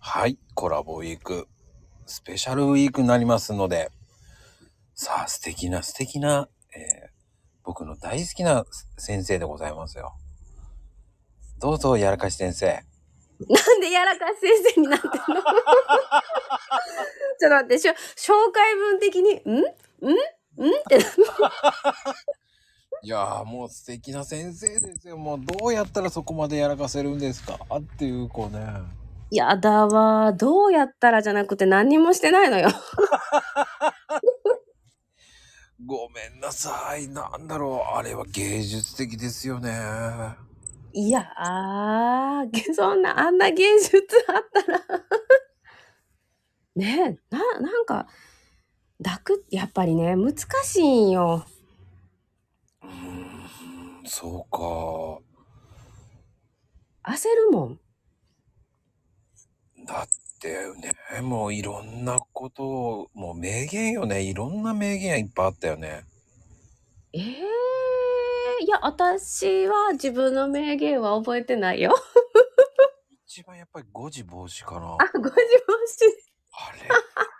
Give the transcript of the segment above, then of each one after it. はい、コラボウィーク、スペシャルウィークになりますので、さあ、素敵な素敵な、えー僕の大好きな先生でございますよ。どうぞ、やらかし先生。なんでやらかし先生になってんのちょっと待って、しょ紹介文的に、んんんってな、いやー、もう素敵な先生ですよ。もうどうやったらそこまでやらかせるんですかっていう子ね。やだわー。どうやったらじゃなくて何にもしてないのよ。ごめんなさい。なんだろう。あれは芸術的ですよね。いやあー、げそんな、あんな芸術あったらねえ、な、なんか、楽、やっぱりね、難しいんよ。うーん、そうか。焦るもん。だってね、もういろんなことを、もう名言よね。いろんな名言いっぱいあったよね。ええいや、私は自分の名言は覚えてないよ。一番やっぱり誤字防止かな。ああ、ご自分し。れ、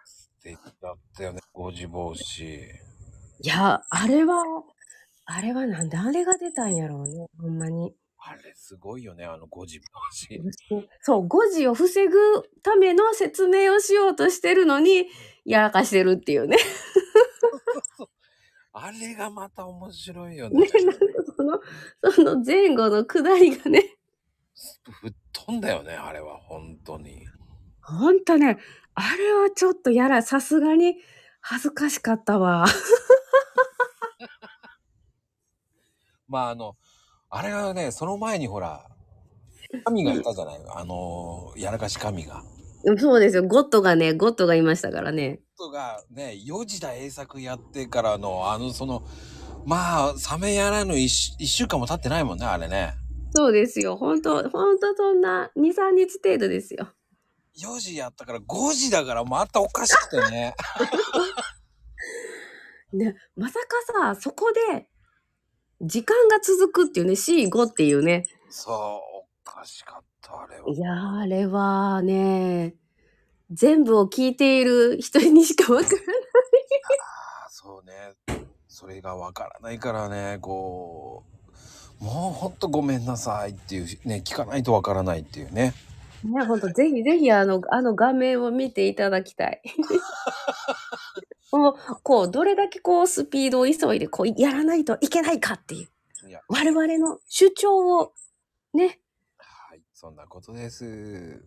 素敵だったよね。誤字防止。いや、あれは、あれはなんであれが出たんやろうね、ほんまに。あれすごいよね。あの誤字防止。そう、誤字を防ぐための説明をしようとしてるのに、やらかしてるっていう ね。あれがまた面白いよねね、。なんかその、その前後の下りがね。吹っ飛んだよね。あれは本当に。ほんとね、あれはちょっとやら、さすがに恥ずかしかったわ。まああの、あれがね、その前にほら、神がいたじゃない。あの、やらかし神が。そうですよ、ゴッドがね、ゴッドがいましたからね。ことがね四時だ栄作やってからのあのそのまあサメやらぬ 1, 週間も経ってないもんねあれねそうですよ、ほんと、ほんとそんな2、3日程度ですよ。 4時やったから5時だからまたおかしくてねね、まさかさ、そこで、時間が続くっていうね、C5 っていうね。 そうおかしかったあれはいやー、あれはね、全部を聞いている人にしかわからない。あそうねそれがわからないからねこうもうほんとごめんなさいっていうね聞かないとわからないっていうねね、ほんと、ぜひぜひあの、あの画面を見ていただきた い。もう、こう、どれだけこう、スピードを急いで、こう、やらないといけないかっていう。いや我々の主張を、ね、はいそんなことです